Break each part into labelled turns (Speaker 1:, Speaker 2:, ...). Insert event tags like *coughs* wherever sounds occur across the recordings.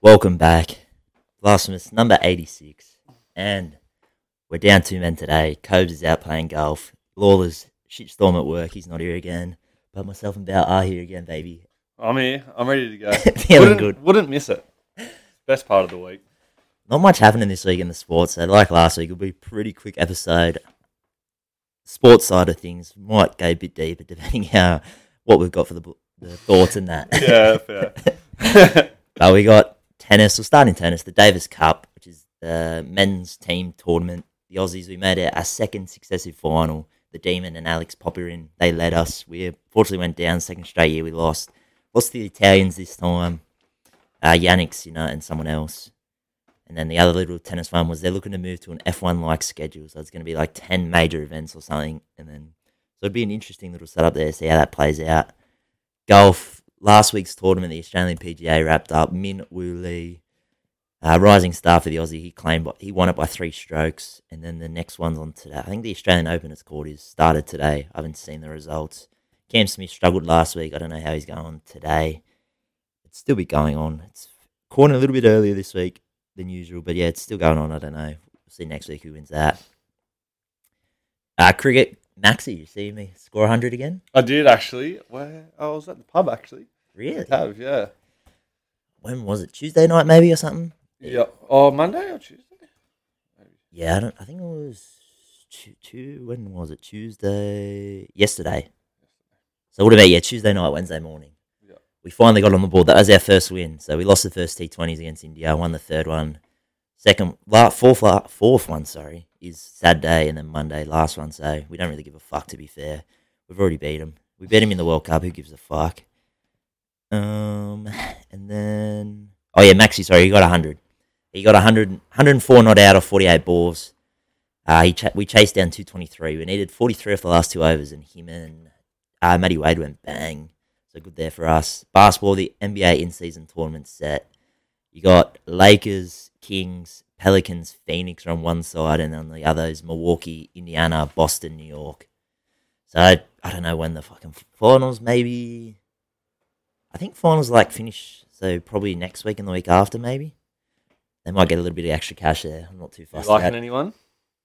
Speaker 1: Welcome back. Blasphemous number 86. And we're down two men today. Cobes is out playing golf. Lawler's shitstorm at work. He's not here again. But myself and Bow are here again, baby.
Speaker 2: I'm here. I'm ready to
Speaker 1: *laughs*
Speaker 2: go.
Speaker 1: Feeling
Speaker 2: wouldn't,
Speaker 1: good.
Speaker 2: Wouldn't miss it. Best part of the
Speaker 1: *laughs*
Speaker 2: week.
Speaker 1: Not much happening this week in the sports. So like last week, it'll be a pretty quick episode. Sports side of things might go a bit deeper *laughs* depending how what we've got for the, bu- the thoughts and that.
Speaker 2: *laughs* Yeah, fair.
Speaker 1: But we got tennis. We'll start in tennis. The Davis Cup, which is the men's team tournament. The Aussies, we made it our second successive final. The Demon and Alex Popperin, they led us. We fortunately went down second straight year. We lost. Lost to the Italians this time. Uh, Yannick's, you know, and someone else. And then the other little tennis one was they're looking to move to an F1 like schedule. So it's going to be like 10 major events or something. And then, so it'd be an interesting little setup there, see how that plays out golf last week's tournament, the Australian PGA wrapped up. Min Woo Lee, uh, rising star for the Aussie, he claimed by, he won it by three strokes. And then the next one's on today. I think the Australian Open it's called is started today. I haven't seen the results. Cam Smith struggled last week. I don't know how he's going today. It's still be going on. It's caught a little bit earlier this week than usual, but yeah, it's still going on. I don't know. We'll see next week who wins that. Uh, cricket, Maxi, you see me score 100 again?
Speaker 2: I did actually. Where oh, I was at the pub actually.
Speaker 1: Really?
Speaker 2: Cove, yeah.
Speaker 1: When was it? Tuesday night, maybe, or something?
Speaker 2: Yeah. Oh, Monday or Tuesday?
Speaker 1: Yeah, I don't. I think it was two, two. When was it? Tuesday. Yesterday. So what about yeah? Tuesday night, Wednesday morning.
Speaker 2: Yeah.
Speaker 1: We finally got on the board. That was our first win. So we lost the first T20s against India. Won the third one. Second, la, fourth, la, fourth one. Sorry, is Saturday and then Monday, last one. So we don't really give a fuck. To be fair, we've already beat them. We beat them in the World Cup. Who gives a fuck? Um, *sighs* and then oh yeah, Maxi. Sorry, he got hundred. He got 100, 104 not out of 48 balls. Uh, he cha- we chased down 223. We needed 43 off the last two overs, and him and uh, Matty Wade went bang. So good there for us. Basketball, the NBA in season tournament set. You got Lakers, Kings, Pelicans, Phoenix are on one side, and on the other is Milwaukee, Indiana, Boston, New York. So I, I don't know when the fucking finals, maybe. I think finals like finish, so probably next week and the week after, maybe. They might get a little bit of extra cash there. I'm not too
Speaker 2: You
Speaker 1: fussed
Speaker 2: liking
Speaker 1: about
Speaker 2: anyone?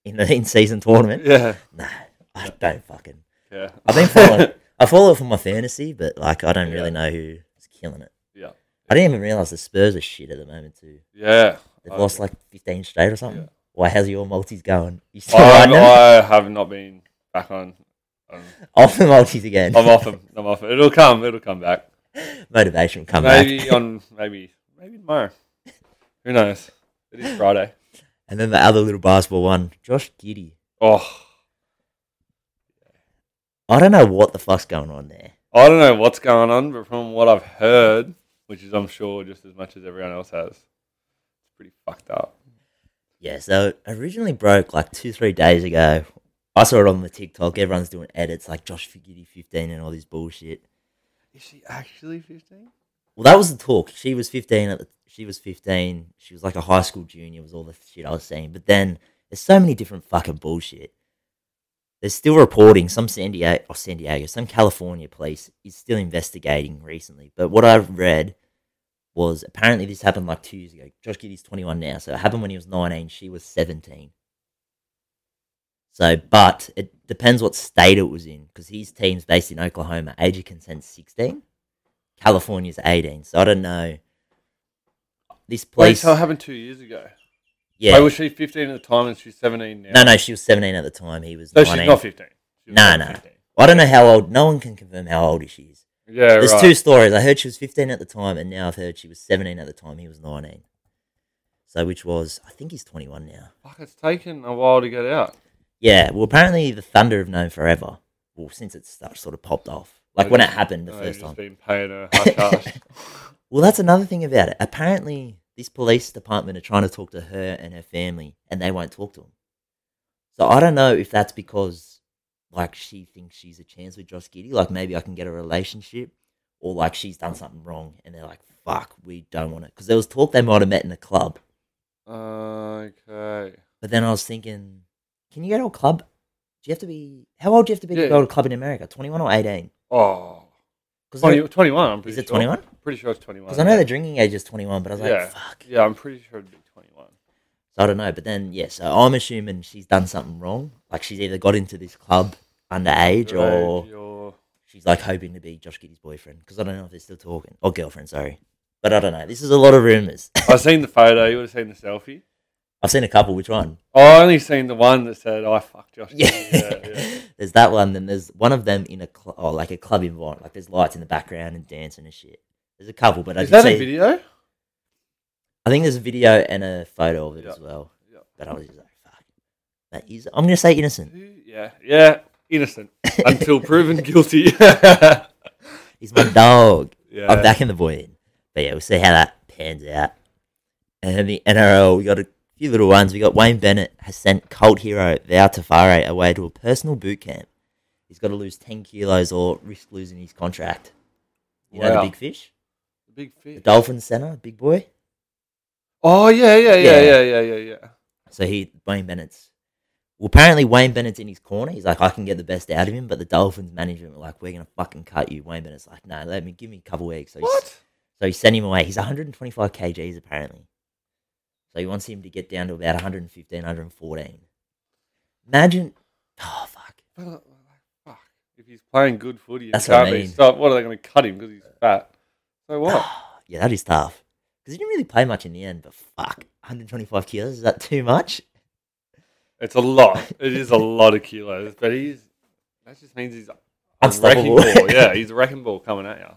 Speaker 1: in the *laughs* in season tournament.
Speaker 2: Yeah.
Speaker 1: Nah, I don't fucking.
Speaker 2: Yeah.
Speaker 1: *laughs* I've been
Speaker 2: *laughs*
Speaker 1: following. I follow it for my fantasy, but like I don't
Speaker 2: Yeah.
Speaker 1: really know who's killing it.
Speaker 2: yeah.
Speaker 1: I didn't even realize the Spurs are shit at the moment too.
Speaker 2: Oh, Yeah.
Speaker 1: They've
Speaker 2: I-
Speaker 1: lost like 15 straight or something.
Speaker 2: Yeah.
Speaker 1: Why? How's your multis going? You still
Speaker 2: I,
Speaker 1: riding them?
Speaker 2: I have not been back on. Um,
Speaker 1: Off the multis again.
Speaker 2: I'm off. 'em. I'm off. 'em. It'll come. It'll come back.
Speaker 1: *laughs* Motivation will come
Speaker 2: maybe
Speaker 1: back.
Speaker 2: on. Maybe. Maybe tomorrow. Who knows? It is Friday.
Speaker 1: *laughs* And then the other little basketball one, Josh Giddy.
Speaker 2: Oh.
Speaker 1: I don't know what the fuck's going on there.
Speaker 2: I don't know what's going on, but from what I've heard, which is I'm sure just as much as everyone else has, it's pretty fucked up.
Speaker 1: Yeah, so it originally broke like two, three days ago. I saw it on the TikTok. Everyone's doing edits like Josh Giddy 15 and all this bullshit.
Speaker 2: Is she actually 15?
Speaker 1: Well, that was the talk. She was 15 at the, she was 15. She was like a high school junior was all the shit I was seeing. But then there's so many different fucking bullshit. There's still reporting some San Diego or San Diego, some California police is still investigating recently. But what I've read was apparently this happened like 2 years ago. Josh Giddy's 21 now, so it happened when he was 19, she was 17. So, but it depends what state it was in because his team's based in Oklahoma. Age of consent's 16. California's 18. So I don't know. This
Speaker 2: Wait,
Speaker 1: place.
Speaker 2: so it happened two years ago.
Speaker 1: yeah.
Speaker 2: Wait, was she 15 at the time and she's 17 now?
Speaker 1: No, no, she was 17 at the time. He was
Speaker 2: So
Speaker 1: 19.
Speaker 2: she's not 15. She was
Speaker 1: No,
Speaker 2: not
Speaker 1: no. I don't know how old. No one can confirm how old she is.
Speaker 2: Yeah,
Speaker 1: There's
Speaker 2: Oh, right.
Speaker 1: two stories. I heard she was 15 at the time, and now I've heard she was 17 at the time. He was 19. So, which was, I think he's 21 now.
Speaker 2: Fuck, it's taken a while to get out.
Speaker 1: Yeah, well, apparently the Thunder have known forever. Well, since it start, sort of popped off. Like when it happened the
Speaker 2: They've
Speaker 1: first
Speaker 2: Oh, just
Speaker 1: time.
Speaker 2: been paying her
Speaker 1: *laughs*
Speaker 2: hush hush.
Speaker 1: Well, that's another thing about it. Apparently, this police department are trying to talk to her and her family, and they won't talk to them. So I don't know if that's because, like, she thinks she's a chance with Josh Giddy. Like, maybe I can get a relationship, or like she's done something wrong, and they're like, "Fuck, we don't want it." Because there was talk they might have met in a club,
Speaker 2: okay.
Speaker 1: but then I was thinking, can you go to a club? Do you have to be how old do you have to be
Speaker 2: Yeah.
Speaker 1: to go to a club in America? Twenty one or eighteen?
Speaker 2: Oh.
Speaker 1: 'Cause
Speaker 2: 20,
Speaker 1: they're-
Speaker 2: 21, I'm pretty
Speaker 1: Is it
Speaker 2: sure.
Speaker 1: 21?
Speaker 2: Pretty sure it's 21.
Speaker 1: Because I know the drinking age is 21, but I was like,
Speaker 2: Yeah.
Speaker 1: fuck.
Speaker 2: Yeah, I'm pretty sure it'd be 21.
Speaker 1: So I don't know. But then, yeah, so I'm assuming she's done something wrong. Like she's either got into this club underage or
Speaker 2: Age or-
Speaker 1: she's like hoping to be Josh Giddy's boyfriend. Because I don't know if they're still talking or girlfriend, sorry. But I don't know. This is a lot of rumors. *laughs*
Speaker 2: I've seen the photo. You would have seen the selfie.
Speaker 1: I've seen a couple. Which one? *laughs*
Speaker 2: Oh, I only seen the one that said, "I fuck Josh."
Speaker 1: Yeah.
Speaker 2: yeah,
Speaker 1: *laughs*
Speaker 2: yeah.
Speaker 1: there's that one. Then there's one of them in a cl- oh, like a club environment. Like there's lights in the background and dancing and shit. There's a couple, but I
Speaker 2: Is
Speaker 1: did
Speaker 2: that a
Speaker 1: see.
Speaker 2: video?
Speaker 1: I think there's a video and a photo of it
Speaker 2: Yeah.
Speaker 1: as well.
Speaker 2: Yeah.
Speaker 1: But I was just like, fuck. That is. I'm gonna say innocent.
Speaker 2: Yeah, yeah, innocent
Speaker 1: *laughs*
Speaker 2: until proven guilty. *laughs*
Speaker 1: He's my dog.
Speaker 2: yeah,
Speaker 1: I'm backing the boy in. But yeah, we'll see how that pans out. And in the NRL, we got a few little ones. We got Wayne Bennett has sent cult hero Val Tafare away to a personal boot camp. He's got to lose 10 kilos or risk losing his contract. You know
Speaker 2: Wow.
Speaker 1: the big fish?
Speaker 2: big
Speaker 1: The
Speaker 2: fish.
Speaker 1: Dolphin Center, big boy?
Speaker 2: Oh yeah, yeah,
Speaker 1: Yeah.
Speaker 2: yeah, yeah, yeah, yeah, yeah.
Speaker 1: So he, Wayne Bennett's. Well, apparently Wayne Bennett's in his corner. He's like, I can get the best out of him, but the Dolphins management were like, we're gonna fucking cut you. Wayne Bennett's like, no, let me give me a couple weeks. So he's-
Speaker 2: What?
Speaker 1: So he sent him away. He's 125 kgs apparently. So he wants him to get down to about 115, 114. Imagine, oh fuck,
Speaker 2: Fuck. If he's playing good footy,
Speaker 1: That's
Speaker 2: that's
Speaker 1: what I
Speaker 2: can't
Speaker 1: mean.
Speaker 2: be stopped. What are they going to cut him because he's fat?
Speaker 1: *sighs*
Speaker 2: So what?
Speaker 1: Oh, yeah, that is tough. Because he didn't really play much in the end, but fuck, 125 kilos is that too much?
Speaker 2: it's a lot. It is a lot of kilos, but he's that just means he's a wrecking
Speaker 1: Unstoppable.
Speaker 2: ball.
Speaker 1: *laughs*
Speaker 2: Yeah, he's a wrecking ball coming at you.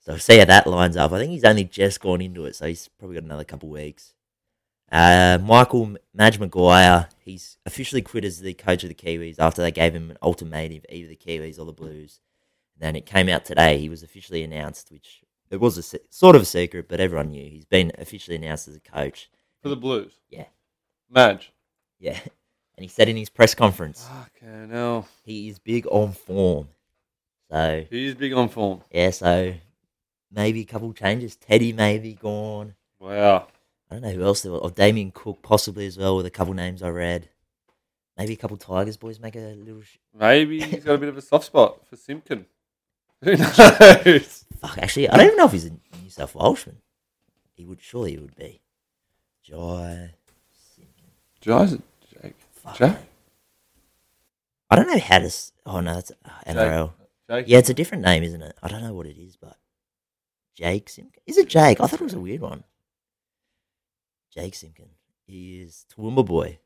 Speaker 1: So we'll see how that lines up. I think he's only just gone into it, so he's probably got another couple weeks. Uh, Michael Madge Maguire, he's officially quit as the coach of the Kiwis after they gave him an ultimatum, either the Kiwis or the Blues. And then it came out today. He was officially announced, which it was a se- sort of a secret, but everyone knew he's been officially announced as a coach.
Speaker 2: For the Blues.
Speaker 1: Yeah.
Speaker 2: Madge.
Speaker 1: Yeah, and he said in his press conference,
Speaker 2: Fucking hell.
Speaker 1: he is big on form. So
Speaker 2: He's big on form.
Speaker 1: yeah, so maybe a couple changes. Teddy may be gone.
Speaker 2: Wow.
Speaker 1: I don't know who else there was. Or Damien Cook, possibly as well, with a couple names I read. Maybe a couple Tigers boys make a little. Sh-
Speaker 2: Maybe he's got a bit of a soft spot for Simpkin. Who knows?
Speaker 1: Fuck, actually, I don't even know if he's a New South Welshman. He would surely he would be. Jai,
Speaker 2: Jai's Jake.
Speaker 1: fuck.
Speaker 2: Jai?
Speaker 1: I don't know how to. S- oh no, that's uh, NRL.
Speaker 2: Jake.
Speaker 1: Yeah, it's a different name, isn't it? I don't know what it is, but Jake Simkin. Is it Jake? I thought it was a weird one. Jake Simkin. He is Toowoomba boy.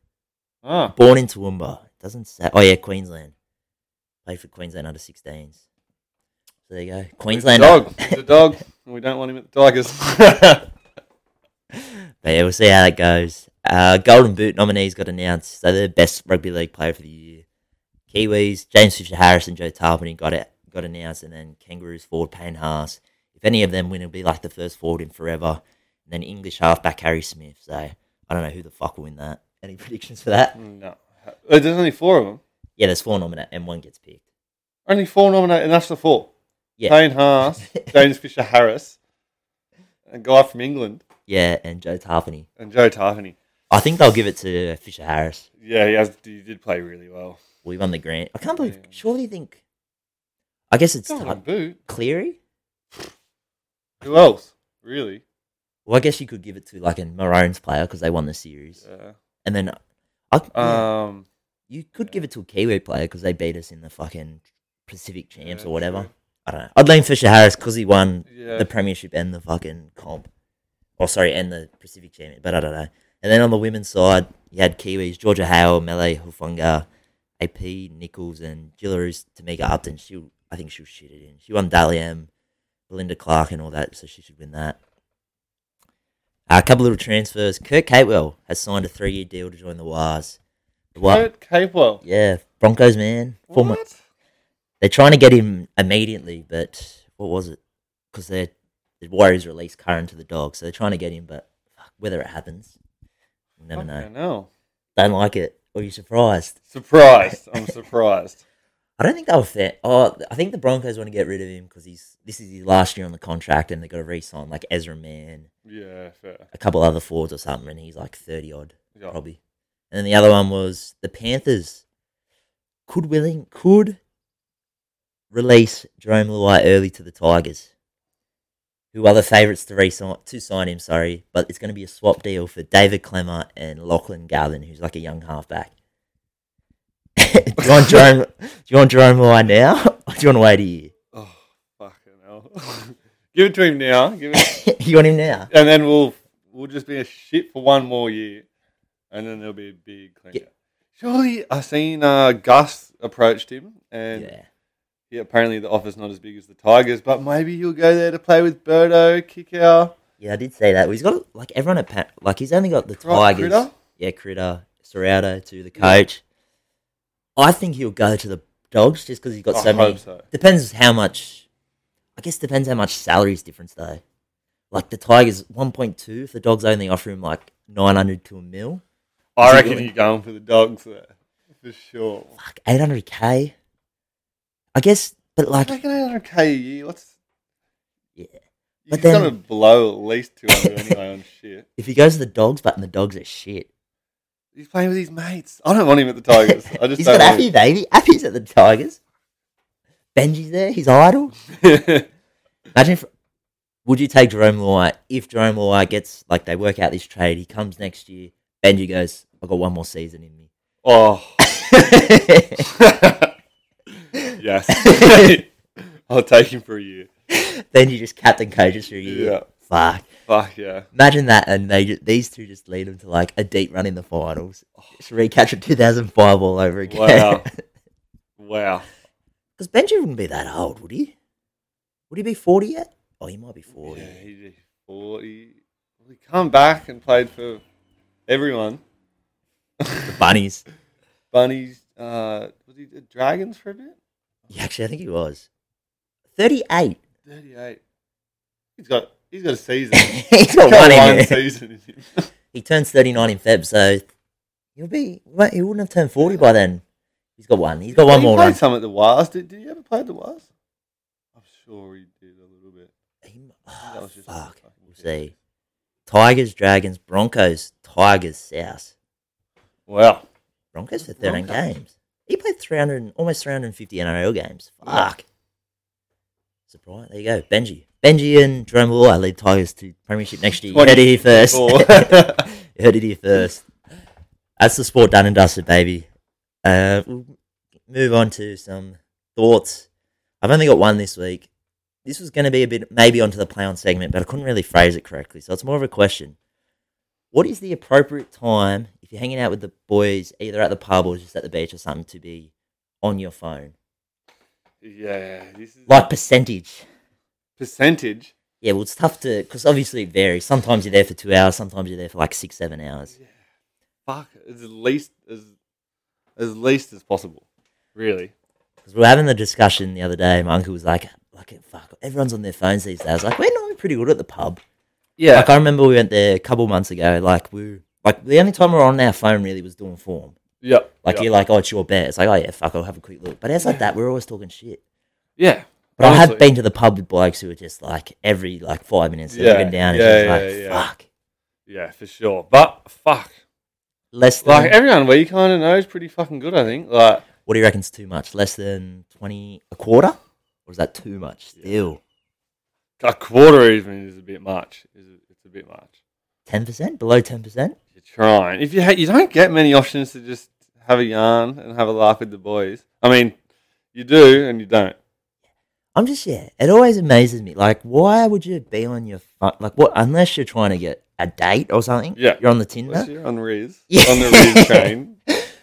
Speaker 2: Ah,
Speaker 1: Born in Toowoomba. Doesn't say. Oh yeah, Queensland. Played for Queensland under 16s. So there you go. Queensland. *laughs*
Speaker 2: dog. He's a dog. and we don't want him at the Tigers.
Speaker 1: But yeah, we'll see how that goes. Uh, Golden Boot nominees got announced. So they're best rugby league player for the year. Kiwis, James Fisher Harris and Joe Tarpany got it got announced, and then Kangaroos forward Payne Haas. If any of them win, it'll be like the first forward in forever. And then English halfback Harry Smith. So I don't know who the fuck will win that. Any *laughs* predictions for that?
Speaker 2: no. Uh, There's only four of them.
Speaker 1: Yeah, there's four nominated and one gets picked.
Speaker 2: Only four nominated, and that's the four.
Speaker 1: Yeah. *laughs*
Speaker 2: Payne Haas, James Fisher Harris, a guy from England,
Speaker 1: Yeah, and Joe Tarpany.
Speaker 2: and Joe Tarhany.
Speaker 1: I think they'll give it to Fisher Harris.
Speaker 2: Yeah, he, has, he did play really well.
Speaker 1: We won the grant. I can't believe.
Speaker 2: Yeah.
Speaker 1: Surely you think. I guess it's
Speaker 2: Golden
Speaker 1: Tar-
Speaker 2: boot.
Speaker 1: Cleary.
Speaker 2: Who else? Really?
Speaker 1: Well, I guess you could give it to like a Maroons player because they won the series,
Speaker 2: Yeah.
Speaker 1: and then I, yeah,
Speaker 2: Um,
Speaker 1: you could give it to a Kiwi player because they beat us in the fucking Pacific Champs
Speaker 2: Yeah,
Speaker 1: or whatever.
Speaker 2: true.
Speaker 1: I don't know. I'd lean Fisher Harris because he won
Speaker 2: yeah.
Speaker 1: the Premiership and the fucking comp. Oh, sorry, and the Pacific Champion, but I don't know. And then on the women's side, you had Kiwis, Georgia Hale, Mele Hufunga, AP Nichols, and Jillaroos Tamika Upton. She, I think she'll shit it in. She won Daly M, Belinda Clark, and all that, so she should win that. Uh, a couple little transfers. Kurt Catewell has signed a three year deal to join the Wires. The Wi-
Speaker 2: Kurt Capewell.
Speaker 1: Yeah, Broncos, man. Former,
Speaker 2: What?
Speaker 1: they're trying to get him immediately, but what was it? Because they're the Warriors released Curran to the dog, so they're trying to get him, but fuck, whether it happens, you never know.
Speaker 2: Fucking hell.
Speaker 1: Don't like it, or you're surprised.
Speaker 2: Surprised.
Speaker 1: *laughs*
Speaker 2: I'm surprised.
Speaker 1: I don't think they were fair. Oh, I think the Broncos want to get rid of him because he's this is his last year on the contract, and they got to re-sign like Ezra Mann,
Speaker 2: Yeah, fair.
Speaker 1: a couple other forwards or something, and he's like thirty odd
Speaker 2: Yeah.
Speaker 1: probably. And then the other one was the Panthers. Could willing could release Jerome Luai early to the Tigers, who are the favourites to, resign, to sign him, sorry, but it's going to be a swap deal for David Clemmer and Lachlan Garvin, who's like a young halfback. *laughs* do, you want Jerome, do you want Jerome Luai now, *laughs* or do you want to wait a year? *laughs*
Speaker 2: Oh, fucking hell. *laughs* Give it to him now. Give
Speaker 1: *laughs*
Speaker 2: it,
Speaker 1: you want him now?
Speaker 2: and then we'll we'll just be a shit for one more year, and then there'll be a big clincher.
Speaker 1: Yeah.
Speaker 2: Surely, I seen uh, Gus approached him, and yeah.
Speaker 1: yeah.
Speaker 2: apparently the offer's not as big as the Tigers, but maybe you'll go there to play with Birdo, kick out
Speaker 1: Yeah, I did say that. He's got, like, everyone at Pat, like, he's only got the
Speaker 2: Right,
Speaker 1: Tigers.
Speaker 2: Oh, Critter?
Speaker 1: yeah, Critter, Serrato to the coach. I think he'll go to the Dogs just because he's got
Speaker 2: I
Speaker 1: so many.
Speaker 2: hope so.
Speaker 1: Depends how much. I guess depends how much salary's difference though. Like the Tigers, one point two. If the Dogs only offer him like nine hundred to a mil, Is
Speaker 2: I
Speaker 1: he
Speaker 2: reckon
Speaker 1: willing?
Speaker 2: you're going for the dogs there for sure.
Speaker 1: fuck eight hundred k. I guess, but
Speaker 2: I
Speaker 1: like
Speaker 2: reckon 800k a year. What's
Speaker 1: Yeah.
Speaker 2: You're
Speaker 1: But
Speaker 2: but then,
Speaker 1: then-
Speaker 2: gonna blow at least 200 anyway on shit.
Speaker 1: if he goes to the Dogs, but the Dogs are shit.
Speaker 2: He's playing with his mates. I don't want him at the Tigers. I just
Speaker 1: He's
Speaker 2: don't
Speaker 1: got
Speaker 2: want
Speaker 1: Appy baby. Appy's at the Tigers. Benji's there. He's idle.
Speaker 2: him.
Speaker 1: Imagine if would you take Jerome Luai if Jerome Luai gets like they work out this trade, he comes next year, Benji goes, I've got one more season in
Speaker 2: *laughs*
Speaker 1: me.
Speaker 2: *laughs* oh. yes. *laughs* I'll take him for a year.
Speaker 1: Benji just captain coaches for a year.
Speaker 2: Yeah.
Speaker 1: Fuck.
Speaker 2: Fuck yeah.
Speaker 1: Imagine that and they ju- these two just lead them to like a deep run in the finals. Just recapture two thousand five all over again.
Speaker 2: Oh.
Speaker 1: *laughs*
Speaker 2: Wow. Wow.
Speaker 1: Because Benji wouldn't be that old, would he? Would he be forty yet? Oh he might be forty.
Speaker 2: Yeah, he, 40. He come back and played for everyone.
Speaker 1: The bunnies.
Speaker 2: *laughs* Bunnies. Uh, was he the Dragons for a bit?
Speaker 1: Yeah, actually I think he was. Thirty
Speaker 2: *laughs*
Speaker 1: eight.
Speaker 2: 38. He's got. He's got a season.
Speaker 1: *laughs* He's got
Speaker 2: Got
Speaker 1: one in
Speaker 2: one
Speaker 1: him.
Speaker 2: season
Speaker 1: *laughs*
Speaker 2: in him.
Speaker 1: he turns 39 in Feb, so he'll be, well, he wouldn't have turned 40 by then. He's got one. He's got one
Speaker 2: he
Speaker 1: more
Speaker 2: played
Speaker 1: run.
Speaker 2: some at the Wars. Did, did he ever play at the Wars? I'm sure he did a little bit.
Speaker 1: He-
Speaker 2: That
Speaker 1: oh,
Speaker 2: was just
Speaker 1: fuck.
Speaker 2: fucking
Speaker 1: We'll
Speaker 2: shit.
Speaker 1: see. Tigers, Dragons, Broncos, Tigers, South.
Speaker 2: Wow.
Speaker 1: Broncos for 13
Speaker 2: Broncos.
Speaker 1: games. He played 300, and- almost 350 NRL games.
Speaker 2: Yeah.
Speaker 1: Fuck. Surprise. There you go. Benji. Benji and Jerome Law lead Tigers to Premiership next year. You heard it here first. *laughs* You heard it here first. That's the sport done and dusted, baby. Uh, we'll move on to some thoughts. I've only got one this week. This was going to be a bit maybe onto the play on segment, but I couldn't really phrase it correctly. So it's more of a question. What is the appropriate time if you're hanging out with the boys, either at the pub or just at the beach or something, to be on your phone?
Speaker 2: yeah, this is
Speaker 1: Like percentage.
Speaker 2: percentage.
Speaker 1: Yeah, well, it's tough to, because obviously it varies. Sometimes you're there for two hours, sometimes you're there for like six, seven hours.
Speaker 2: Fuck, as least as as least as possible. Really.
Speaker 1: Because we were having the discussion the other day. My uncle was like, like fuck, everyone's on their phones these days. I was like, we're normally pretty good at the pub.
Speaker 2: Yeah.
Speaker 1: Like, I remember we went there a couple months ago. Like, we were- like the only time we were on our phone really was doing form.
Speaker 2: yeah.
Speaker 1: Like,
Speaker 2: yeah.
Speaker 1: you're like, oh, it's your bet. It's like, oh, yeah, fuck, I'll have a quick look. But outside that, we're always talking shit.
Speaker 2: yeah.
Speaker 1: But I have
Speaker 2: Honestly.
Speaker 1: been to the pub with blokes who are just like, every like five minutes, they're
Speaker 2: Yeah,
Speaker 1: looking down and
Speaker 2: yeah,
Speaker 1: just like,
Speaker 2: yeah, yeah.
Speaker 1: fuck.
Speaker 2: Yeah, for sure. But fuck.
Speaker 1: Less than,
Speaker 2: Like everyone we kinda knows pretty fucking good, I think. Like
Speaker 1: what do you reckon's too much? Less than 20, a quarter? Or is that too much still?
Speaker 2: a quarter even is a bit much. Is it's a bit much.
Speaker 1: 10%? Below 10%?
Speaker 2: You're trying. If you ha- you don't get many options to just have a yarn and have a laugh with the boys. I mean, you do and you don't.
Speaker 1: I'm just yeah. It always amazes me. Like, why would you be on your phone? Like, what? Unless you're trying to get a date or something.
Speaker 2: Yeah.
Speaker 1: You're on the
Speaker 2: Unless
Speaker 1: Tinder.
Speaker 2: you're on Riz,
Speaker 1: *laughs* Yeah.
Speaker 2: on the Riz train,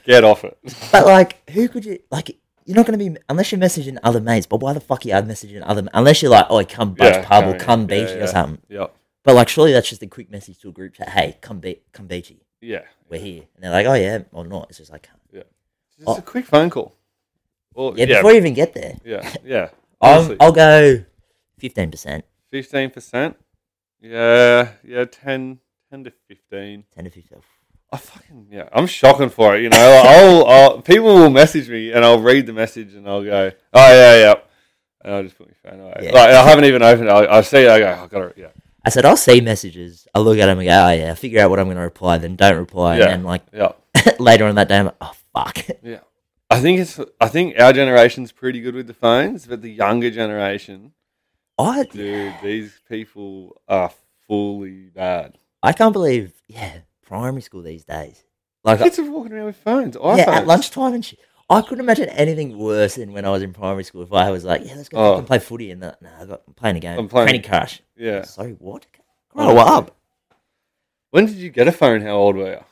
Speaker 2: get off it.
Speaker 1: *laughs* But like, who could you? Like, you're not gonna be unless you're messaging other mates. But why the fuck are you messaging other? Unless you're like, oh, come bunch
Speaker 2: Yeah,
Speaker 1: pub or
Speaker 2: come-
Speaker 1: come
Speaker 2: yeah,
Speaker 1: beachy
Speaker 2: yeah.
Speaker 1: or something.
Speaker 2: Yep.
Speaker 1: But like, surely that's just a quick message to a group chat. Hey, come be come beachy.
Speaker 2: Yeah.
Speaker 1: We're here, and they're like, oh yeah, or not. It's just like,
Speaker 2: It's
Speaker 1: Oh.
Speaker 2: a quick phone call. Well,
Speaker 1: yeah.
Speaker 2: yeah, yeah,
Speaker 1: Before you even get there,
Speaker 2: yeah,
Speaker 1: *laughs* I'll,
Speaker 2: Honestly,
Speaker 1: I'll go fifteen percent,
Speaker 2: fifteen percent. Yeah, yeah, 10, 10 to fifteen.
Speaker 1: ten to fifteen.
Speaker 2: I fucking yeah, I'm shocking for it. You know, Like, I'll, I'll people will message me and I'll read the message and I'll go, oh yeah, yeah, and I'll just put my phone away.
Speaker 1: Yeah.
Speaker 2: Like I haven't even opened it. I, I see, it, I go, I got to yeah,
Speaker 1: I said, I'll see messages. I look at them and go, oh yeah, figure out what I'm going to reply, then don't reply.
Speaker 2: Yeah.
Speaker 1: And then like *laughs*
Speaker 2: yeah,
Speaker 1: later on that day, I'm like, oh fuck. *laughs*
Speaker 2: yeah. I think it's. I think our generation's pretty good with the phones, but the younger generation,
Speaker 1: I
Speaker 2: dude, these people are fully bad.
Speaker 1: I can't believe yeah primary school these days. Like
Speaker 2: Kids are walking around with phones. iPhones.
Speaker 1: yeah, at lunchtime and shit. I couldn't imagine anything worse than when I was in primary school. If I was like, yeah, let's go
Speaker 2: Oh.
Speaker 1: fucking play footy, and that, no, I got, I'm playing a game,
Speaker 2: I'm playing-
Speaker 1: Candy Crush.
Speaker 2: Yeah. Oh,
Speaker 1: So what? Grow up.
Speaker 2: When did you get a phone? How old were you?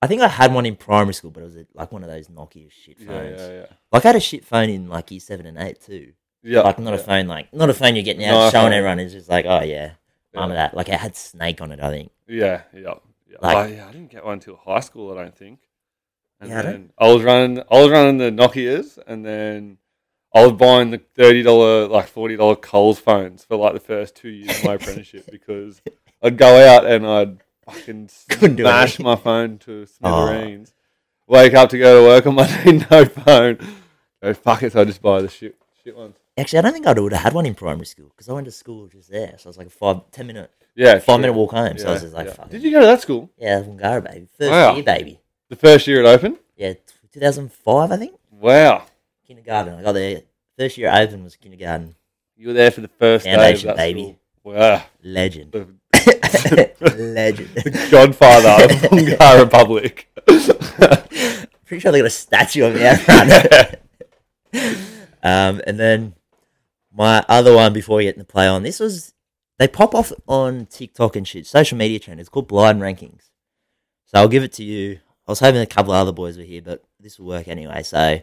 Speaker 1: I think I had one in primary school, but it was a, like one of those Nokia shit
Speaker 2: Yeah,
Speaker 1: phones.
Speaker 2: yeah, yeah.
Speaker 1: Like I had a shit phone in like year seven and eight too.
Speaker 2: Yeah.
Speaker 1: Like not a
Speaker 2: yeah.
Speaker 1: phone, like not a phone you're getting
Speaker 2: No,
Speaker 1: out showing
Speaker 2: iPhone.
Speaker 1: everyone. It's just like, oh yeah, I'm
Speaker 2: Yeah.
Speaker 1: that. Like it had snake on it, I think.
Speaker 2: Yeah, yeah, yeah.
Speaker 1: Like-
Speaker 2: oh, yeah. I didn't get one until high school, I don't think. And
Speaker 1: Yeah, I don't-
Speaker 2: then I, was running, I was running the Nokia's, and then I was buying the thirty dollar, like forty dollar Coles phones for like the first two years
Speaker 1: *laughs*
Speaker 2: of my apprenticeship because I'd go out and I'd fucking
Speaker 1: *laughs* Couldn't do Oh.
Speaker 2: smash
Speaker 1: anything.
Speaker 2: my phone to smithereens. Wake up to go to work on *laughs* Monday, no phone. Go fuck it, so I just buy the shit shit ones.
Speaker 1: Actually, I don't think I would have had one in primary school because I went to school just there, so it was like a five, ten minute,
Speaker 2: Yeah,
Speaker 1: five minute walk home. So I was just like, fuck.
Speaker 2: Did you go to that school?
Speaker 1: Yeah, Wungara baby, first
Speaker 2: Wow.
Speaker 1: year baby.
Speaker 2: The first year it opened.
Speaker 1: Yeah, t- 2005, I think.
Speaker 2: Wow,
Speaker 1: Kindergarten. I got there. First year I opened was kindergarten.
Speaker 2: you were there for the first
Speaker 1: Foundation
Speaker 2: day of that
Speaker 1: baby.
Speaker 2: school. Wow.
Speaker 1: Legend.
Speaker 2: The
Speaker 1: *laughs* Legend.
Speaker 2: *laughs*
Speaker 1: *laughs*
Speaker 2: godfather of Bungar Republic. *laughs*
Speaker 1: Pretty sure they got a statue of me out front. um, and then my other one before getting to play on this was they pop off on TikTok and shit, social media trend. It's called blind rankings. So I'll give it to you. I was hoping a couple of other boys were here, but this will work anyway. So I'm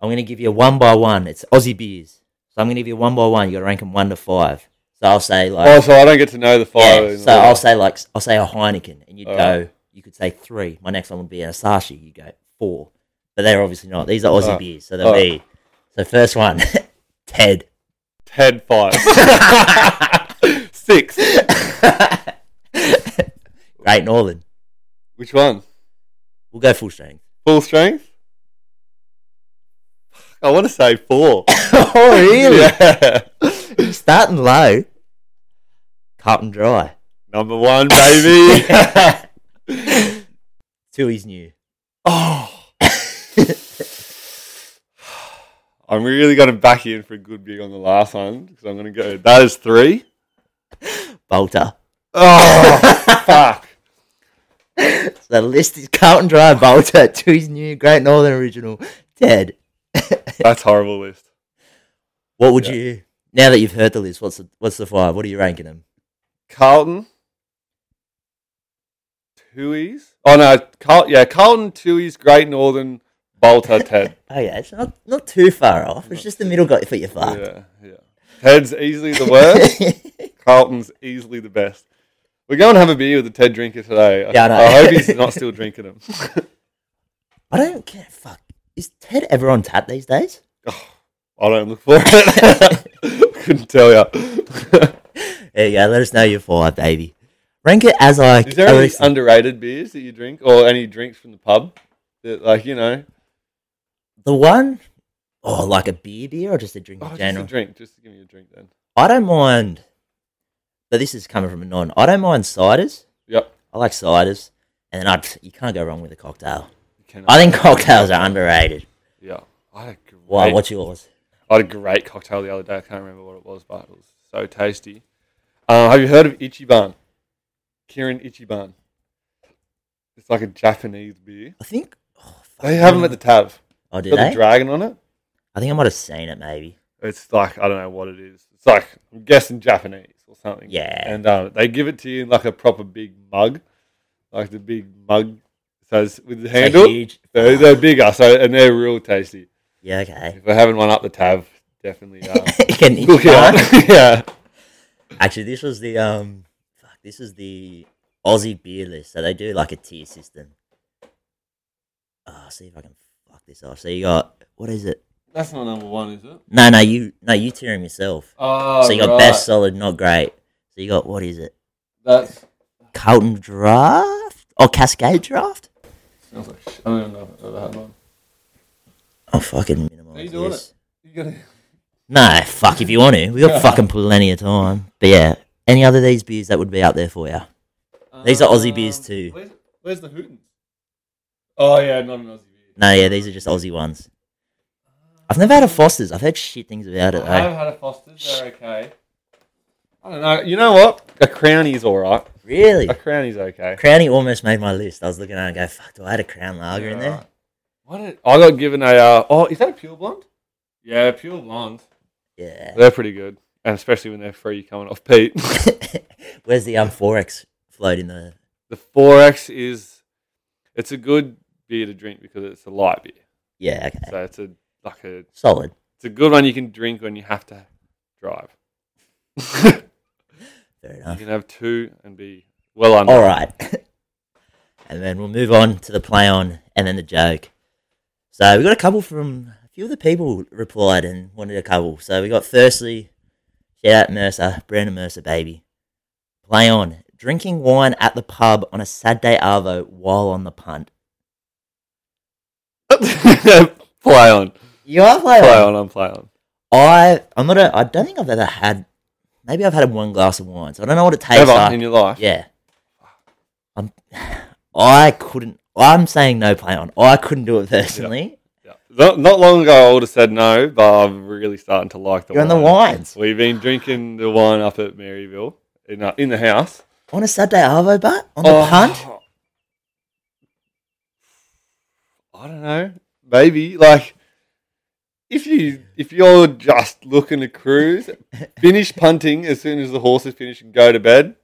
Speaker 1: going to give you one by one. It's Aussie beers. So I'm going to give you one by one. You got to rank them one to five. So I'll say like
Speaker 2: oh, so I don't get to know the fire.
Speaker 1: yeah. So I'll say like I'll say a Heineken, and you'd go.
Speaker 2: Alright.
Speaker 1: You could say three. My next one would be an Asahi. You go four, but they're obviously not. These are Aussie
Speaker 2: Alright.
Speaker 1: beers, so they'll be. So first one, *laughs* Ted. *laughs*
Speaker 2: Ted five. Six.
Speaker 1: Great Northern.
Speaker 2: Which one?
Speaker 1: We'll go full strength.
Speaker 2: Full strength? I want to say four.
Speaker 1: *laughs* *coughs* oh *laughs*
Speaker 2: Yeah.
Speaker 1: Starting low. Cut and dry.
Speaker 2: Number
Speaker 1: *laughs*
Speaker 2: one, baby.
Speaker 1: Tui's new.
Speaker 2: oh. *sighs* I'm really going to back in for a good big on the last one because I'm going to go. That is three.
Speaker 1: Bolter. *laughs*
Speaker 2: Oh, fuck.
Speaker 1: So the list is cut and dry. Bolter. *laughs* Tui's new. Great Northern original. Ted.
Speaker 2: That's horrible list.
Speaker 1: What would
Speaker 2: Yeah.
Speaker 1: you now that you've heard the list? What's the what's the five? What are you ranking them?
Speaker 2: Carlton, Tui's. Oh no, Carl, yeah, Carlton, Tui's, Great Northern,
Speaker 1: *laughs*
Speaker 2: Bolter, Ted.
Speaker 1: Oh yeah, it's not not too far off. It's just the middle got for your fuck.
Speaker 2: yeah, yeah. Ted's easily the
Speaker 1: *laughs*
Speaker 2: worst. Carlton's easily the best. We're going to have a beer with the Ted drinker today. I-
Speaker 1: Yeah, I know.
Speaker 2: I, hope he's not still
Speaker 1: *laughs*
Speaker 2: drinking them.
Speaker 1: I don't care. Fuck. Is Ted ever on tap these days?
Speaker 2: I don't look for it. *laughs* Couldn't tell
Speaker 1: *laughs*
Speaker 2: you.
Speaker 1: There you go. Let us know your five, baby. Rank it as I.
Speaker 2: Is there any underrated beers that you drink, or any drinks from the pub that, like, you know,
Speaker 1: the one? Oh, like a beer, beer, or just a drink
Speaker 2: oh,
Speaker 1: in
Speaker 2: just
Speaker 1: general?
Speaker 2: a drink? Just give me a drink then.
Speaker 1: I don't mind. But this is coming from a non. I don't mind ciders.
Speaker 2: Yep.
Speaker 1: I like ciders, and then I you can't go wrong with a cocktail.
Speaker 2: Can
Speaker 1: I think cocktails are underrated.
Speaker 2: Yeah. I had a great,
Speaker 1: Why? What's yours?
Speaker 2: I had a great cocktail the other day. I can't remember what it was, but it was so tasty. Uh, have you heard of Ichiban? Kirin Ichiban. It's like a Japanese beer.
Speaker 1: I think oh, fuck,
Speaker 2: They have them at the Tav.
Speaker 1: Oh, do
Speaker 2: It's got
Speaker 1: they?
Speaker 2: the dragon on it.
Speaker 1: I think I might have seen it maybe.
Speaker 2: It's like I don't know what it is. It's like I'm guessing Japanese or something.
Speaker 1: Yeah.
Speaker 2: And um, they give it to you in like a proper big mug, like the big mug. So it's with the
Speaker 1: So
Speaker 2: handle.
Speaker 1: huge.
Speaker 2: They're, they're bigger, so and they're real tasty.
Speaker 1: Yeah, okay. *laughs*
Speaker 2: If we're having one up the Tav, definitely. Um,
Speaker 1: Can you
Speaker 2: Look out. *laughs* yeah.
Speaker 1: Actually, this was the um, fuck, this was the Aussie beer list. So they do like a tier system. Oh, see if I can fuck this off. So you got what is it?
Speaker 2: That's not number one, is it?
Speaker 1: No, no, you no, you tier 'em yourself.
Speaker 2: Oh,
Speaker 1: so you got best solid, not great. So you got what is it?
Speaker 2: That's.
Speaker 1: Carlton Draft or Cascade Draft?
Speaker 2: Sounds like shit. I don't even know if I've ever had one.
Speaker 1: Oh fucking minimal.
Speaker 2: Are you doing it? You gotta...
Speaker 1: No, fuck if you want to. We got fucking plenty of time. But yeah, any other of these beers that would be out there for you? These are Aussie beers too.
Speaker 2: Um, Where's, where's the Hootens? Oh, yeah, not an Aussie beer.
Speaker 1: No, yeah, these are just Aussie ones. I've never had a Foster's. I've heard shit things about it.
Speaker 2: I
Speaker 1: Though.
Speaker 2: have had a Foster's. They're okay. I don't know. You know what? A Crownie's all right.
Speaker 1: Really?
Speaker 2: A Crownie's okay.
Speaker 1: Crownie almost made my list. I was looking at it and go, fuck, do I had a Crown Lager in
Speaker 2: They're
Speaker 1: there?
Speaker 2: all right. What? Did, I got given a. Uh, oh, is that a pure blonde? Yeah, pure blonde.
Speaker 1: Yeah. *laughs*
Speaker 2: They're pretty good, and especially when they're free coming off Pete. *laughs*
Speaker 1: Where's the um, Forex float in the.
Speaker 2: the Forex is. It's a good beer to drink because it's a light beer.
Speaker 1: Yeah, okay.
Speaker 2: So it's a like a
Speaker 1: Solid.
Speaker 2: it's a good one you can drink when you have to drive.
Speaker 1: Fair
Speaker 2: You
Speaker 1: enough.
Speaker 2: can have two and be well under.
Speaker 1: All right. *laughs* and then we'll move on to the play on and then the joke. So we got a couple from a few of the people replied and wanted a couple. So we got firstly, shout out Mercer, Brandon Mercer, baby. Play on. Drinking wine at the pub on a Saturday Arvo while on the punt.
Speaker 2: *laughs* play on,
Speaker 1: You are play
Speaker 2: play
Speaker 1: on.
Speaker 2: on, I'm play on.
Speaker 1: I I'm not a I don't think I've ever had maybe I've had one glass of wine, so I don't know what it tastes
Speaker 2: Ever
Speaker 1: like.
Speaker 2: in your life?
Speaker 1: Yeah. I'm, *sighs* I couldn't. I'm saying no play on. I couldn't do it personally.
Speaker 2: Yeah. Not, not long ago, I would have said no, but I'm really starting to like the
Speaker 1: You're on
Speaker 2: wine.
Speaker 1: the wines
Speaker 2: We've been drinking the wine up at Maryville in, uh, in the house.
Speaker 1: on a Saturday arvo, but on the
Speaker 2: Oh.
Speaker 1: punt.
Speaker 2: I don't know. Maybe like if you if you're just looking
Speaker 1: *laughs*
Speaker 2: to cruise, finish punting as soon as the horses finish and go to bed.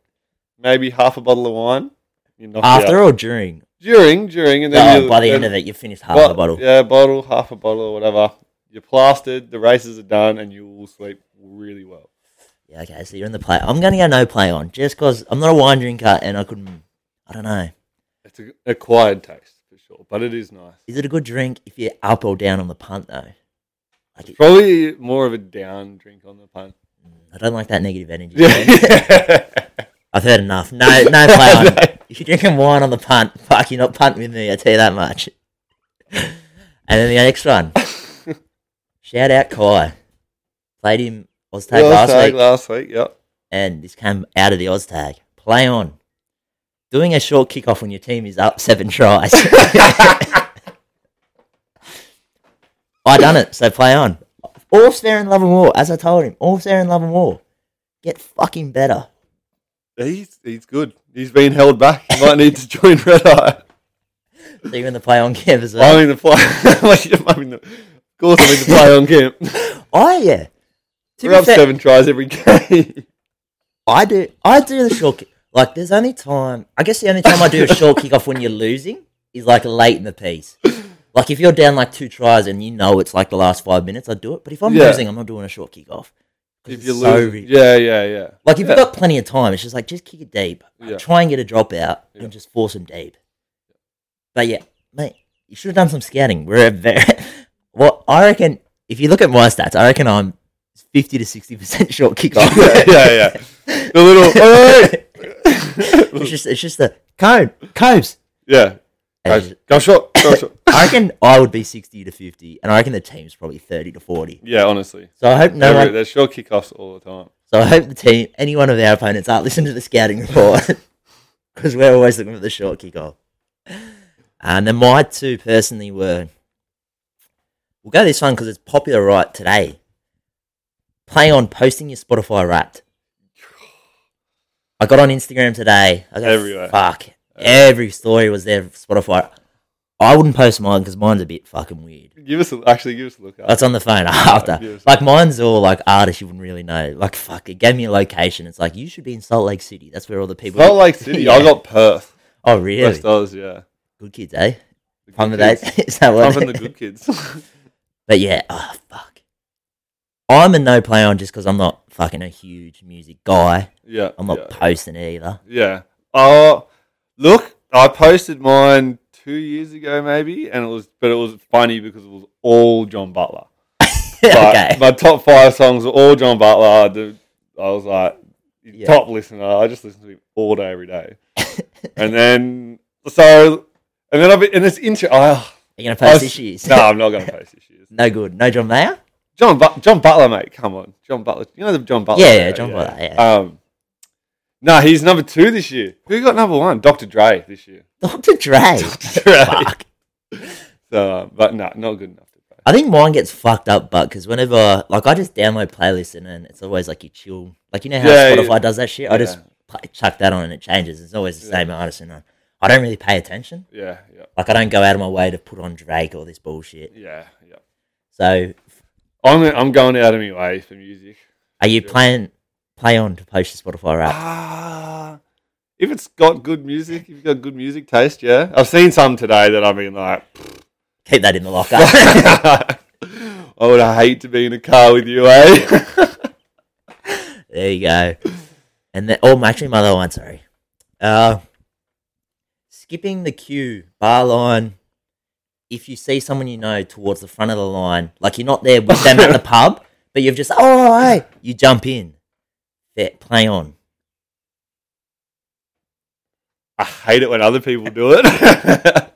Speaker 2: Maybe half a bottle of wine. You're knocked
Speaker 1: After
Speaker 2: out.
Speaker 1: or during?
Speaker 2: during, during, and then
Speaker 1: Oh, by the end of it, you finished half the bottle.
Speaker 2: Yeah, bottle, half a bottle, or whatever. You're plastered. The races are done, and you will sleep really well.
Speaker 1: Yeah, okay, so you're in the play. I'm going to go no play on just because I'm not a wine drinker and I couldn't. I don't know.
Speaker 2: It's a acquired taste for sure, but it is nice.
Speaker 1: Is it a good drink if you're up or down on the punt, though? Like, it,
Speaker 2: Probably more of a down drink on the punt.
Speaker 1: I don't like that negative energy.
Speaker 2: Yeah.
Speaker 1: I've heard enough. No, no play on. If you're drinking wine on the punt, fuck, you're not punting with me. I tell you that much. and then the next one. Shout out Kai. Played him Oztag
Speaker 2: *laughs* Yeah,
Speaker 1: last
Speaker 2: tag
Speaker 1: week,
Speaker 2: Last week, yep.
Speaker 1: and this came out of the Oztag. Play on. Doing a short kickoff when your team is up seven tries. I done it, so play on. All fair in love and war, as I told him. All fair in love and war. Get fucking better.
Speaker 2: He's he's good. He's been held back. He might need to *laughs* join Red Eye.
Speaker 1: So you're in the play on camp as well.
Speaker 2: I'm in the play. *laughs* I'm in the, of course, I'm in the play on camp.
Speaker 1: *laughs* Oh yeah. To
Speaker 2: We're
Speaker 1: be
Speaker 2: up
Speaker 1: fair,
Speaker 2: seven tries every *laughs* game.
Speaker 1: I do. I do the short kick. Like, there's only time. I guess the only time I do a short kickoff when you're losing is like late in the piece. Like, if you're down like two tries and you know it's like the last five minutes, I do it. But if I'm
Speaker 2: Yeah.
Speaker 1: losing, I'm not doing a short kickoff. 'Cause
Speaker 2: if
Speaker 1: it's
Speaker 2: you
Speaker 1: so
Speaker 2: lose,
Speaker 1: ri-
Speaker 2: yeah, yeah, yeah.
Speaker 1: like if
Speaker 2: yeah.
Speaker 1: you've got plenty of time, it's just like just kick it deep.
Speaker 2: Yeah.
Speaker 1: Try and get a drop out
Speaker 2: Yeah.
Speaker 1: and just force them deep. But yeah, mate, you should have done some scouting. We're a very *laughs* well, I reckon if you look at my stats, I reckon I'm fifty to sixty percent short kickoff.
Speaker 2: *laughs* yeah, yeah, yeah. The little, alright.
Speaker 1: It's just it's just a cone, coves.
Speaker 2: yeah.
Speaker 1: And
Speaker 2: Guys, Go shot, go shot.
Speaker 1: I reckon I would be sixty to fifty, and I reckon the team's probably thirty to forty.
Speaker 2: Yeah, honestly,
Speaker 1: So I hope no
Speaker 2: they're,
Speaker 1: one.
Speaker 2: they're short kickoffs all the time.
Speaker 1: So I hope the team, any one of our opponents, aren't listening to the scouting report *laughs* because we're always looking for the short kickoff. And then my two personally were. We'll go this one because it's popular right today. Play on posting your Spotify Wrapped. I got on Instagram today. I go,
Speaker 2: Everywhere.
Speaker 1: Fuck. Every story was there. for Spotify. I wouldn't post mine because mine's a bit fucking weird.
Speaker 2: Give us a, actually give us a look. At
Speaker 1: That's on the phone *laughs* after.
Speaker 2: yes.
Speaker 1: Like mine's all like artists you wouldn't really know. Like fuck, it gave me a location. It's like you should be in Salt Lake City. That's where all the people.
Speaker 2: Salt Lake City. I
Speaker 1: Yeah.
Speaker 2: got Perth.
Speaker 1: Oh really?
Speaker 2: West Oz, yeah.
Speaker 1: Good kids, eh?
Speaker 2: The
Speaker 1: Fun
Speaker 2: good
Speaker 1: with
Speaker 2: kids.
Speaker 1: that. Is *laughs* that what?
Speaker 2: Pumping the good kids.
Speaker 1: *laughs* But yeah, oh fuck. I'm a no play on just because I'm not fucking a huge music guy.
Speaker 2: Yeah.
Speaker 1: I'm not
Speaker 2: yeah.
Speaker 1: posting it either. *laughs*
Speaker 2: Yeah. Oh, look, I posted mine two years ago, maybe, and it was, but it was funny because it was all
Speaker 1: *laughs*
Speaker 2: John Butler. But
Speaker 1: okay.
Speaker 2: My top five songs were all John Butler. The, I was like,
Speaker 1: Yeah.
Speaker 2: top listener. I just listen to him all day,
Speaker 1: *laughs*
Speaker 2: every day. and then, so, and then I've been, and it's inter. Oh,
Speaker 1: You're gonna
Speaker 2: I
Speaker 1: post
Speaker 2: was-
Speaker 1: issues.
Speaker 2: No, I'm not going to post issues.
Speaker 1: *laughs* No good. No John Mayer. *laughs*
Speaker 2: John but- John Butler, mate. Come on, John Butler. You know the John Butler.
Speaker 1: Yeah,
Speaker 2: guy,
Speaker 1: yeah, John Butler, yeah.
Speaker 2: Um, no, he's number two this
Speaker 1: *laughs*
Speaker 2: *laughs* year. Who got number one? Dr. Dre this year.
Speaker 1: Dr. Dre.
Speaker 2: Dre.
Speaker 1: fuck.
Speaker 2: So, um, but no, not good enough to play.
Speaker 1: I think mine gets fucked up, but because whenever like I just download playlists and then it's always like you chill, like you know how
Speaker 2: Yeah,
Speaker 1: Spotify
Speaker 2: yeah.
Speaker 1: does that shit. I just pl- chuck that on and it changes. It's always the
Speaker 2: Yeah.
Speaker 1: same artist, and I, I don't really pay attention.
Speaker 2: Yeah, yeah,
Speaker 1: Like I don't go out of my way to put on Drake or this bullshit.
Speaker 2: yeah, yeah.
Speaker 1: So
Speaker 2: I'm I'm going out of my way for music.
Speaker 1: are you
Speaker 2: Yeah.
Speaker 1: playing play on to post to Spotify rap?
Speaker 2: Ah, if it's got good music, if you've got good music taste, yeah. I've seen some today that I've been like,
Speaker 1: Keep that in the locker.
Speaker 2: *laughs*
Speaker 1: *laughs*
Speaker 2: I would hate to be in a car with you, eh? *laughs*
Speaker 1: there you go. And then oh, actually, my other one. Sorry. Uh, skipping the queue bar line. If you see someone you know towards the front of the line, like you're not there with them at the
Speaker 2: *laughs*
Speaker 1: pub, but you've just oh hey, you jump in. Yeah, play on.
Speaker 2: I hate it when other people do it, *laughs*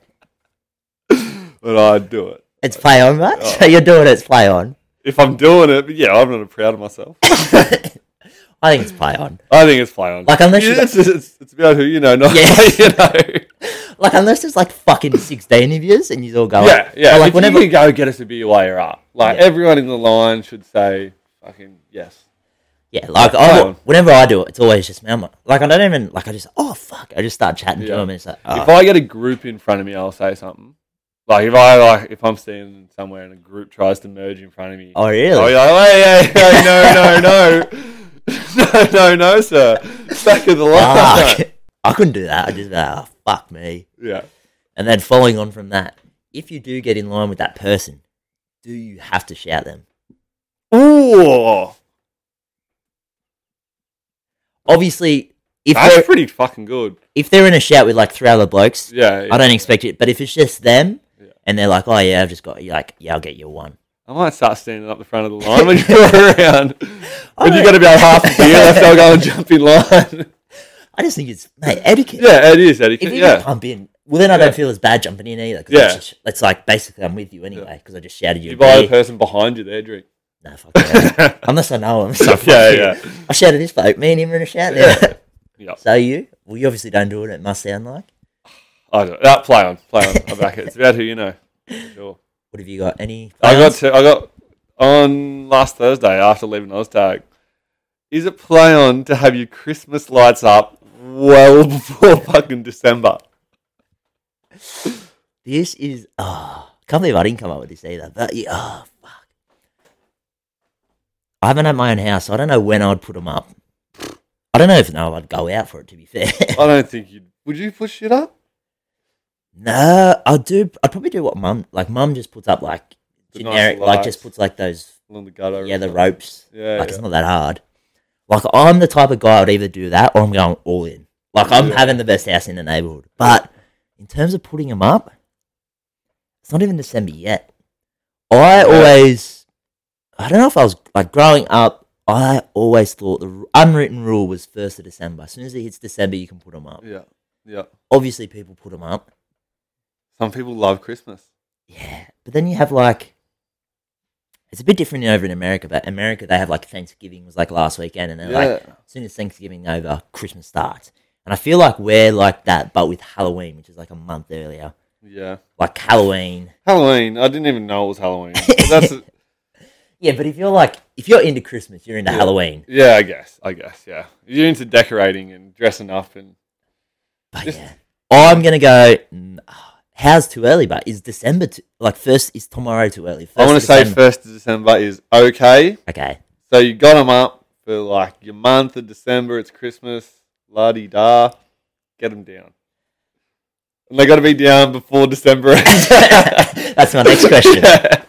Speaker 2: but I do it.
Speaker 1: It's play on, right?
Speaker 2: Oh.
Speaker 1: So *laughs* you're doing it, it's play on. *laughs*
Speaker 2: If I'm doing it, but yeah, I'm not proud of myself.
Speaker 1: I think it's play on.
Speaker 2: I think it's play on.
Speaker 1: Like, unless you-
Speaker 2: it's, it's, it's about who you know, not
Speaker 1: Yeah.
Speaker 2: you know.
Speaker 1: Like unless there's like fucking sixteen of yous and you all go.
Speaker 2: Yeah, yeah.
Speaker 1: But, like
Speaker 2: if
Speaker 1: whenever
Speaker 2: you can go get us a beer while you're up, like
Speaker 1: Yeah.
Speaker 2: everyone in the line should say, "Fucking yes."
Speaker 1: Yeah, like
Speaker 2: Play
Speaker 1: I,
Speaker 2: on.
Speaker 1: whenever I do it, it's always just me. I'm like, like, I don't even like. I just oh fuck, I just start chatting to
Speaker 2: Yeah.
Speaker 1: him. And it's like
Speaker 2: If
Speaker 1: oh,
Speaker 2: I get a group in front of me, I'll say something. Like if I like if I'm standing somewhere and a group tries to merge in front of me,
Speaker 1: oh really?
Speaker 2: I'll be like, "Hey, hey, hey, no, no, no, *laughs* no, no, no, sir, back of the
Speaker 1: *laughs*
Speaker 2: line."
Speaker 1: Fuck. I couldn't do that. I just be like, oh, fuck me.
Speaker 2: *laughs* yeah,
Speaker 1: And then following on from that, if you do get in line with that person, do you have to shout them?
Speaker 2: ooh,
Speaker 1: Obviously, if
Speaker 2: that's
Speaker 1: they're
Speaker 2: pretty fucking good.
Speaker 1: if they're in a shout with like three other blokes,
Speaker 2: Yeah, yeah.
Speaker 1: I don't expect it. But if it's just them,
Speaker 2: Yeah.
Speaker 1: and they're like, oh yeah, I've just got you like yeah, I'll get you one.
Speaker 2: I might start standing up the front of the line
Speaker 1: *laughs*
Speaker 2: when you're around.
Speaker 1: I
Speaker 2: When you
Speaker 1: don't-
Speaker 2: got to be like half a beer left, I'll go and jump in line. *laughs*
Speaker 1: I just think it's mate etiquette.
Speaker 2: yeah, it is etiquette.
Speaker 1: if you
Speaker 2: yeah,
Speaker 1: just pump in, well, then I
Speaker 2: Yeah.
Speaker 1: don't feel as bad jumping in either. 'cause
Speaker 2: Yeah.
Speaker 1: it's, just- it's like basically I'm with you anyway because I just shouted you.
Speaker 2: you
Speaker 1: a
Speaker 2: buy the
Speaker 1: beer.
Speaker 2: person behind you their drink.
Speaker 1: No, fuck
Speaker 2: *laughs*
Speaker 1: that. Unless I know him. So fuck
Speaker 2: Yeah,
Speaker 1: you.
Speaker 2: yeah.
Speaker 1: *laughs* I shouted this bloke. Me and him are in a shout there.
Speaker 2: Yeah,
Speaker 1: so you? Well, you obviously don't do it. It must sound like.
Speaker 2: I don't, that play on, play on. I back it. It's about who
Speaker 1: *laughs*
Speaker 2: you know. Sure.
Speaker 1: What have you got? Any?
Speaker 2: I got
Speaker 1: plans?
Speaker 2: to, I got on last Thursday after leaving Oztag. Is it play on to have your Christmas lights up well *laughs* before fucking December?
Speaker 1: This is. Oh, can't believe I didn't come up with this either. But yeah, oh, fuck. I haven't had my own house. So I don't know when I'd put them up. I don't know if no, I'd go out for it. To be fair. *laughs*
Speaker 2: I don't think you would would. You push it up
Speaker 1: No, I'll do. I'd probably do what mum like. Mum just puts up like
Speaker 2: The nice
Speaker 1: generic, like
Speaker 2: lights.
Speaker 1: just puts like those
Speaker 2: along the gutter. or
Speaker 1: yeah the
Speaker 2: something.
Speaker 1: ropes.
Speaker 2: Yeah,
Speaker 1: like
Speaker 2: yeah.
Speaker 1: it's not that hard. Like I'm the type of guy I'd either do that or I'm going all in. Like I'm
Speaker 2: Yeah.
Speaker 1: having the best house in the neighborhood. But in terms of putting them up, it's not even December yet. I
Speaker 2: Yeah.
Speaker 1: always, I don't know if I was like growing up. I always thought the r- unwritten rule was first of December. As soon as it hits December, you can put them up.
Speaker 2: Yeah, yeah.
Speaker 1: Obviously, people put them up.
Speaker 2: Some people love Christmas.
Speaker 1: Yeah, but then you have like it's a bit different over in America. But America, they have like Thanksgiving was like last weekend, and they're like
Speaker 2: Yeah.
Speaker 1: as soon as Thanksgiving over, Christmas starts. And I feel like we're like that, but with Halloween, which is like a month earlier.
Speaker 2: Yeah.
Speaker 1: Like Halloween,
Speaker 2: Halloween. I didn't even know it was Halloween. But that's
Speaker 1: *laughs* yeah. But if you're like if you're into Christmas, you're into
Speaker 2: Yeah.
Speaker 1: Halloween.
Speaker 2: yeah. I guess. I guess. Yeah. You're into decorating and dressing up and
Speaker 1: But
Speaker 2: Just-
Speaker 1: yeah, I'm gonna go. mm, ah, How's too early? But is December too, like first? Is tomorrow too early? First
Speaker 2: I want
Speaker 1: of
Speaker 2: to say
Speaker 1: December.
Speaker 2: first of December is okay.
Speaker 1: okay. *laughs*
Speaker 2: So you got them up for like your month of December. It's Christmas. La di da. Get them down. And they got to be down before December. *laughs* ends.
Speaker 1: That's my next question.
Speaker 2: *laughs* yeah.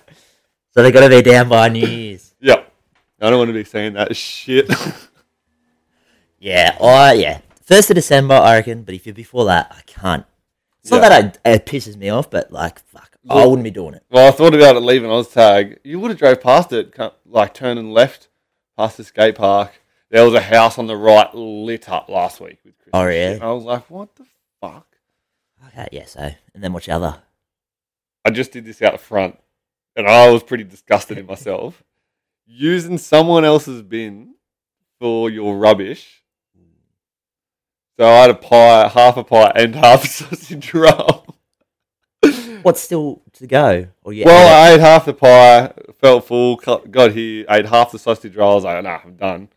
Speaker 1: So they got to be down by New Year's.
Speaker 2: yeah. I don't want to be saying that shit. *laughs*
Speaker 1: Yeah, or yeah, first of December, I reckon. But if you're before that, I can't. It's
Speaker 2: Yeah.
Speaker 1: not that I, it pisses me off, but like, fuck, I
Speaker 2: Well-
Speaker 1: wouldn't be doing it.
Speaker 2: well, I thought about it leaving Oztag. You would have drove past it, cu- like turning left past the skate park. There was a house on the right lit up last week with Christmas.
Speaker 1: Oh, really?
Speaker 2: shit. I was like, what the fuck?
Speaker 1: Okay, yeah. So and then watch other.
Speaker 2: I just did this out front, and I was pretty disgusted in *laughs* myself using someone else's bin for your rubbish. *laughs* So I had a pie, half a pie, and half a sausage roll, and
Speaker 1: what's still to go? Or you
Speaker 2: Well,
Speaker 1: ate
Speaker 2: I ate half the pie, felt full, cu- got here, ate half the sausage roll. I was like, nah, I'm done.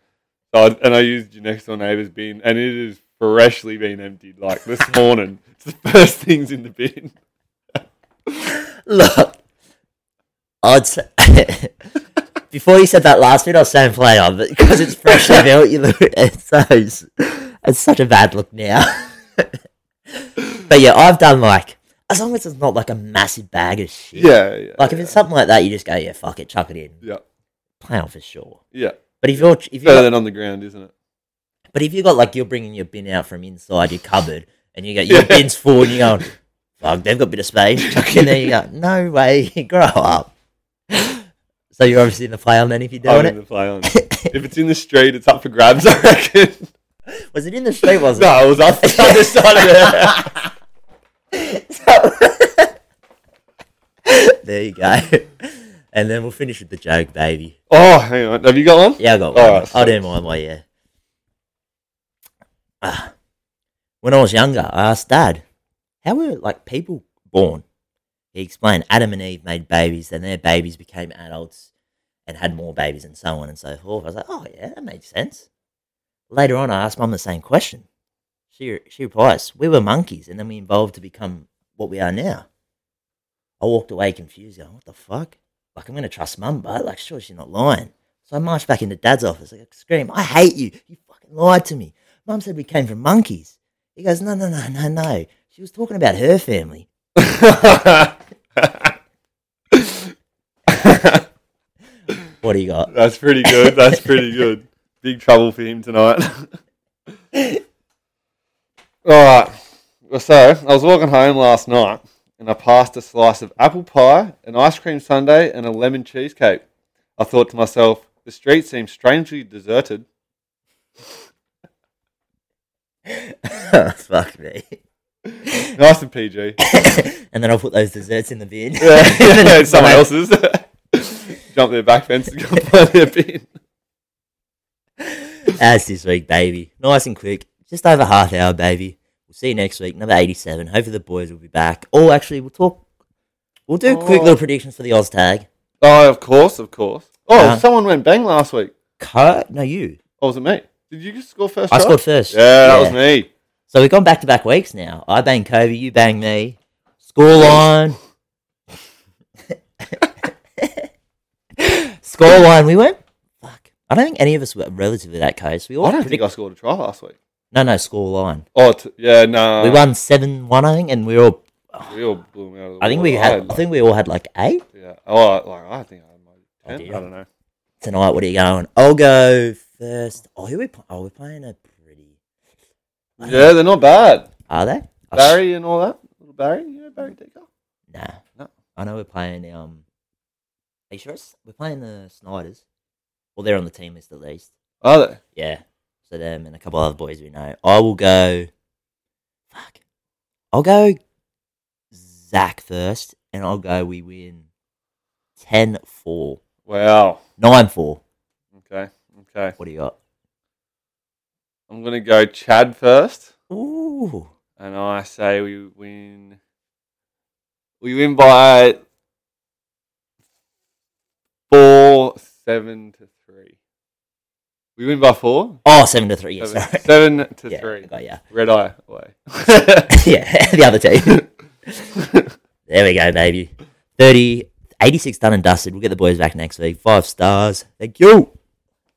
Speaker 2: So I, and I used your next door neighbour's bin, and it is freshly been emptied like *laughs* this morning. It's the first things in the bin. uh,
Speaker 1: it? look, *laughs* I'd say, *laughs* before you said that last bit, I was saying play on, but because it's freshly built, you look *laughs* it's so it's such a bad look now. *laughs* but yeah, I've done like as long as it's not like a massive bag of shit.
Speaker 2: Yeah, yeah.
Speaker 1: Like if it's something like that, you just go, yeah, fuck it, chuck it in,
Speaker 2: yeah,
Speaker 1: play on for sure.
Speaker 2: yeah.
Speaker 1: But if you're if you're
Speaker 2: Better than on the ground, isn't it?
Speaker 1: But if you got like you're bringing your bin out from inside your cupboard and you got your
Speaker 2: Yeah.
Speaker 1: bin's full and you're going, fuck, they've got a bit of space.
Speaker 2: *laughs*
Speaker 1: Chuck it in there you go, no way, *laughs* grow up. So you're obviously in the play on then if you're
Speaker 2: I'm
Speaker 1: doing
Speaker 2: in the play on. if it's in the street, it's up for grabs, I reckon. *laughs*
Speaker 1: it. Was it in the street, was it?
Speaker 2: no, it was up the other side of there.
Speaker 1: There you go. *laughs* And then we'll finish with the joke, baby.
Speaker 2: *laughs* Oh, hang on. Have you got one? *laughs*
Speaker 1: Yeah, I got
Speaker 2: All
Speaker 1: one.
Speaker 2: right,
Speaker 1: I'll do mine way, yeah. Ah. When I was younger, I asked Dad, how were like people born? He explained Adam and Eve made babies, then their babies became adults and had more babies and so on and so forth. I was like, oh yeah, that makes sense. Later on, I asked Mum the same question. She, she replies, we were monkeys and then we evolved to become what we are now. I walked away confused, going, what the fuck? Like, I'm going to trust Mum, but like, sure, she's not lying. So I marched back into Dad's office, like, scream, I hate you. You fucking lied to me. Mum said we came from monkeys. He goes, no, no, no, no, no. She was talking about her family. What do you
Speaker 2: *laughs*
Speaker 1: got?
Speaker 2: That's pretty good. That's pretty good. Big trouble for him tonight. *laughs* All right. Well, So I was walking home last night, and I passed a slice of apple pie, an ice cream sundae, and a lemon cheesecake. I thought to myself, the street seems strangely deserted.
Speaker 1: Fuck me.
Speaker 2: Nice and PG.
Speaker 1: And then I'll put those desserts in the bin. *laughs*
Speaker 2: *laughs* Yeah, yeah, someone else's. *laughs* Jump their back fence and go *laughs* find their bin.
Speaker 1: As this week, baby. Nice and quick. Just over half hour, baby. We'll see you next week, number 87. Hopefully the boys will be back. Or actually, we'll talk. We'll do quick
Speaker 2: Oh.
Speaker 1: little predictions for the Oz tag.
Speaker 2: Oh, of course, of course. Oh,
Speaker 1: Uh,
Speaker 2: someone went bang last week.
Speaker 1: Cut? No, you.
Speaker 2: Oh, was it me? Did you just score first?
Speaker 1: I
Speaker 2: try?
Speaker 1: scored first.
Speaker 2: Yeah, that was me.
Speaker 1: So we've gone back to back weeks now. I bang Kobe, you bang me.
Speaker 2: *laughs*
Speaker 1: Scoreline. Scoreline, we went. Fuck. I don't think any of us were relatively that close. We all
Speaker 2: I don't
Speaker 1: predict-
Speaker 2: think I scored a try last week.
Speaker 1: no, no, scoreline.
Speaker 2: Oh, t- yeah, no.
Speaker 1: we won seven one, I think, and we were all.
Speaker 2: We all blew me out of the
Speaker 1: I think
Speaker 2: water.
Speaker 1: we had. I
Speaker 2: like,
Speaker 1: think we all had like eight
Speaker 2: yeah. Oh, I- like, I think I had
Speaker 1: Oh,
Speaker 2: like 10.
Speaker 1: dear.
Speaker 2: I don't know.
Speaker 1: tonight. What are you going? I'll go first. Oh, who are we? Pl- oh, we're playing a pretty.
Speaker 2: Yeah, they're not bad.
Speaker 1: Are they? Oh, sh-
Speaker 2: Barry and all that. Little Barry, you know, Barry Decker.
Speaker 1: Nah.
Speaker 2: No.
Speaker 1: I know we're playing um Are you sure it's, we're playing the Snyders? Well they're on the team list at least.
Speaker 2: Are they?
Speaker 1: Yeah. So them and a couple other boys we know. I will go fuck. I'll go Zach first and I'll go we win 10-4.
Speaker 2: Wow.
Speaker 1: 9-4.
Speaker 2: Okay. Okay.
Speaker 1: What do you got?
Speaker 2: I'm going to go Chad first.
Speaker 1: Ooh.
Speaker 2: And I say we win. We win by four, seven to three. We win by four?
Speaker 1: Oh, seven to three. Yeah,
Speaker 2: seven,
Speaker 1: sorry.
Speaker 2: seven to
Speaker 1: *laughs* yeah,
Speaker 2: three.
Speaker 1: I got ya.
Speaker 2: Red eye away.
Speaker 1: *laughs* yeah, the other team. *laughs* There we go, baby. 30, 86 done and dusted. We'll get the boys back next week. Five stars. Thank you.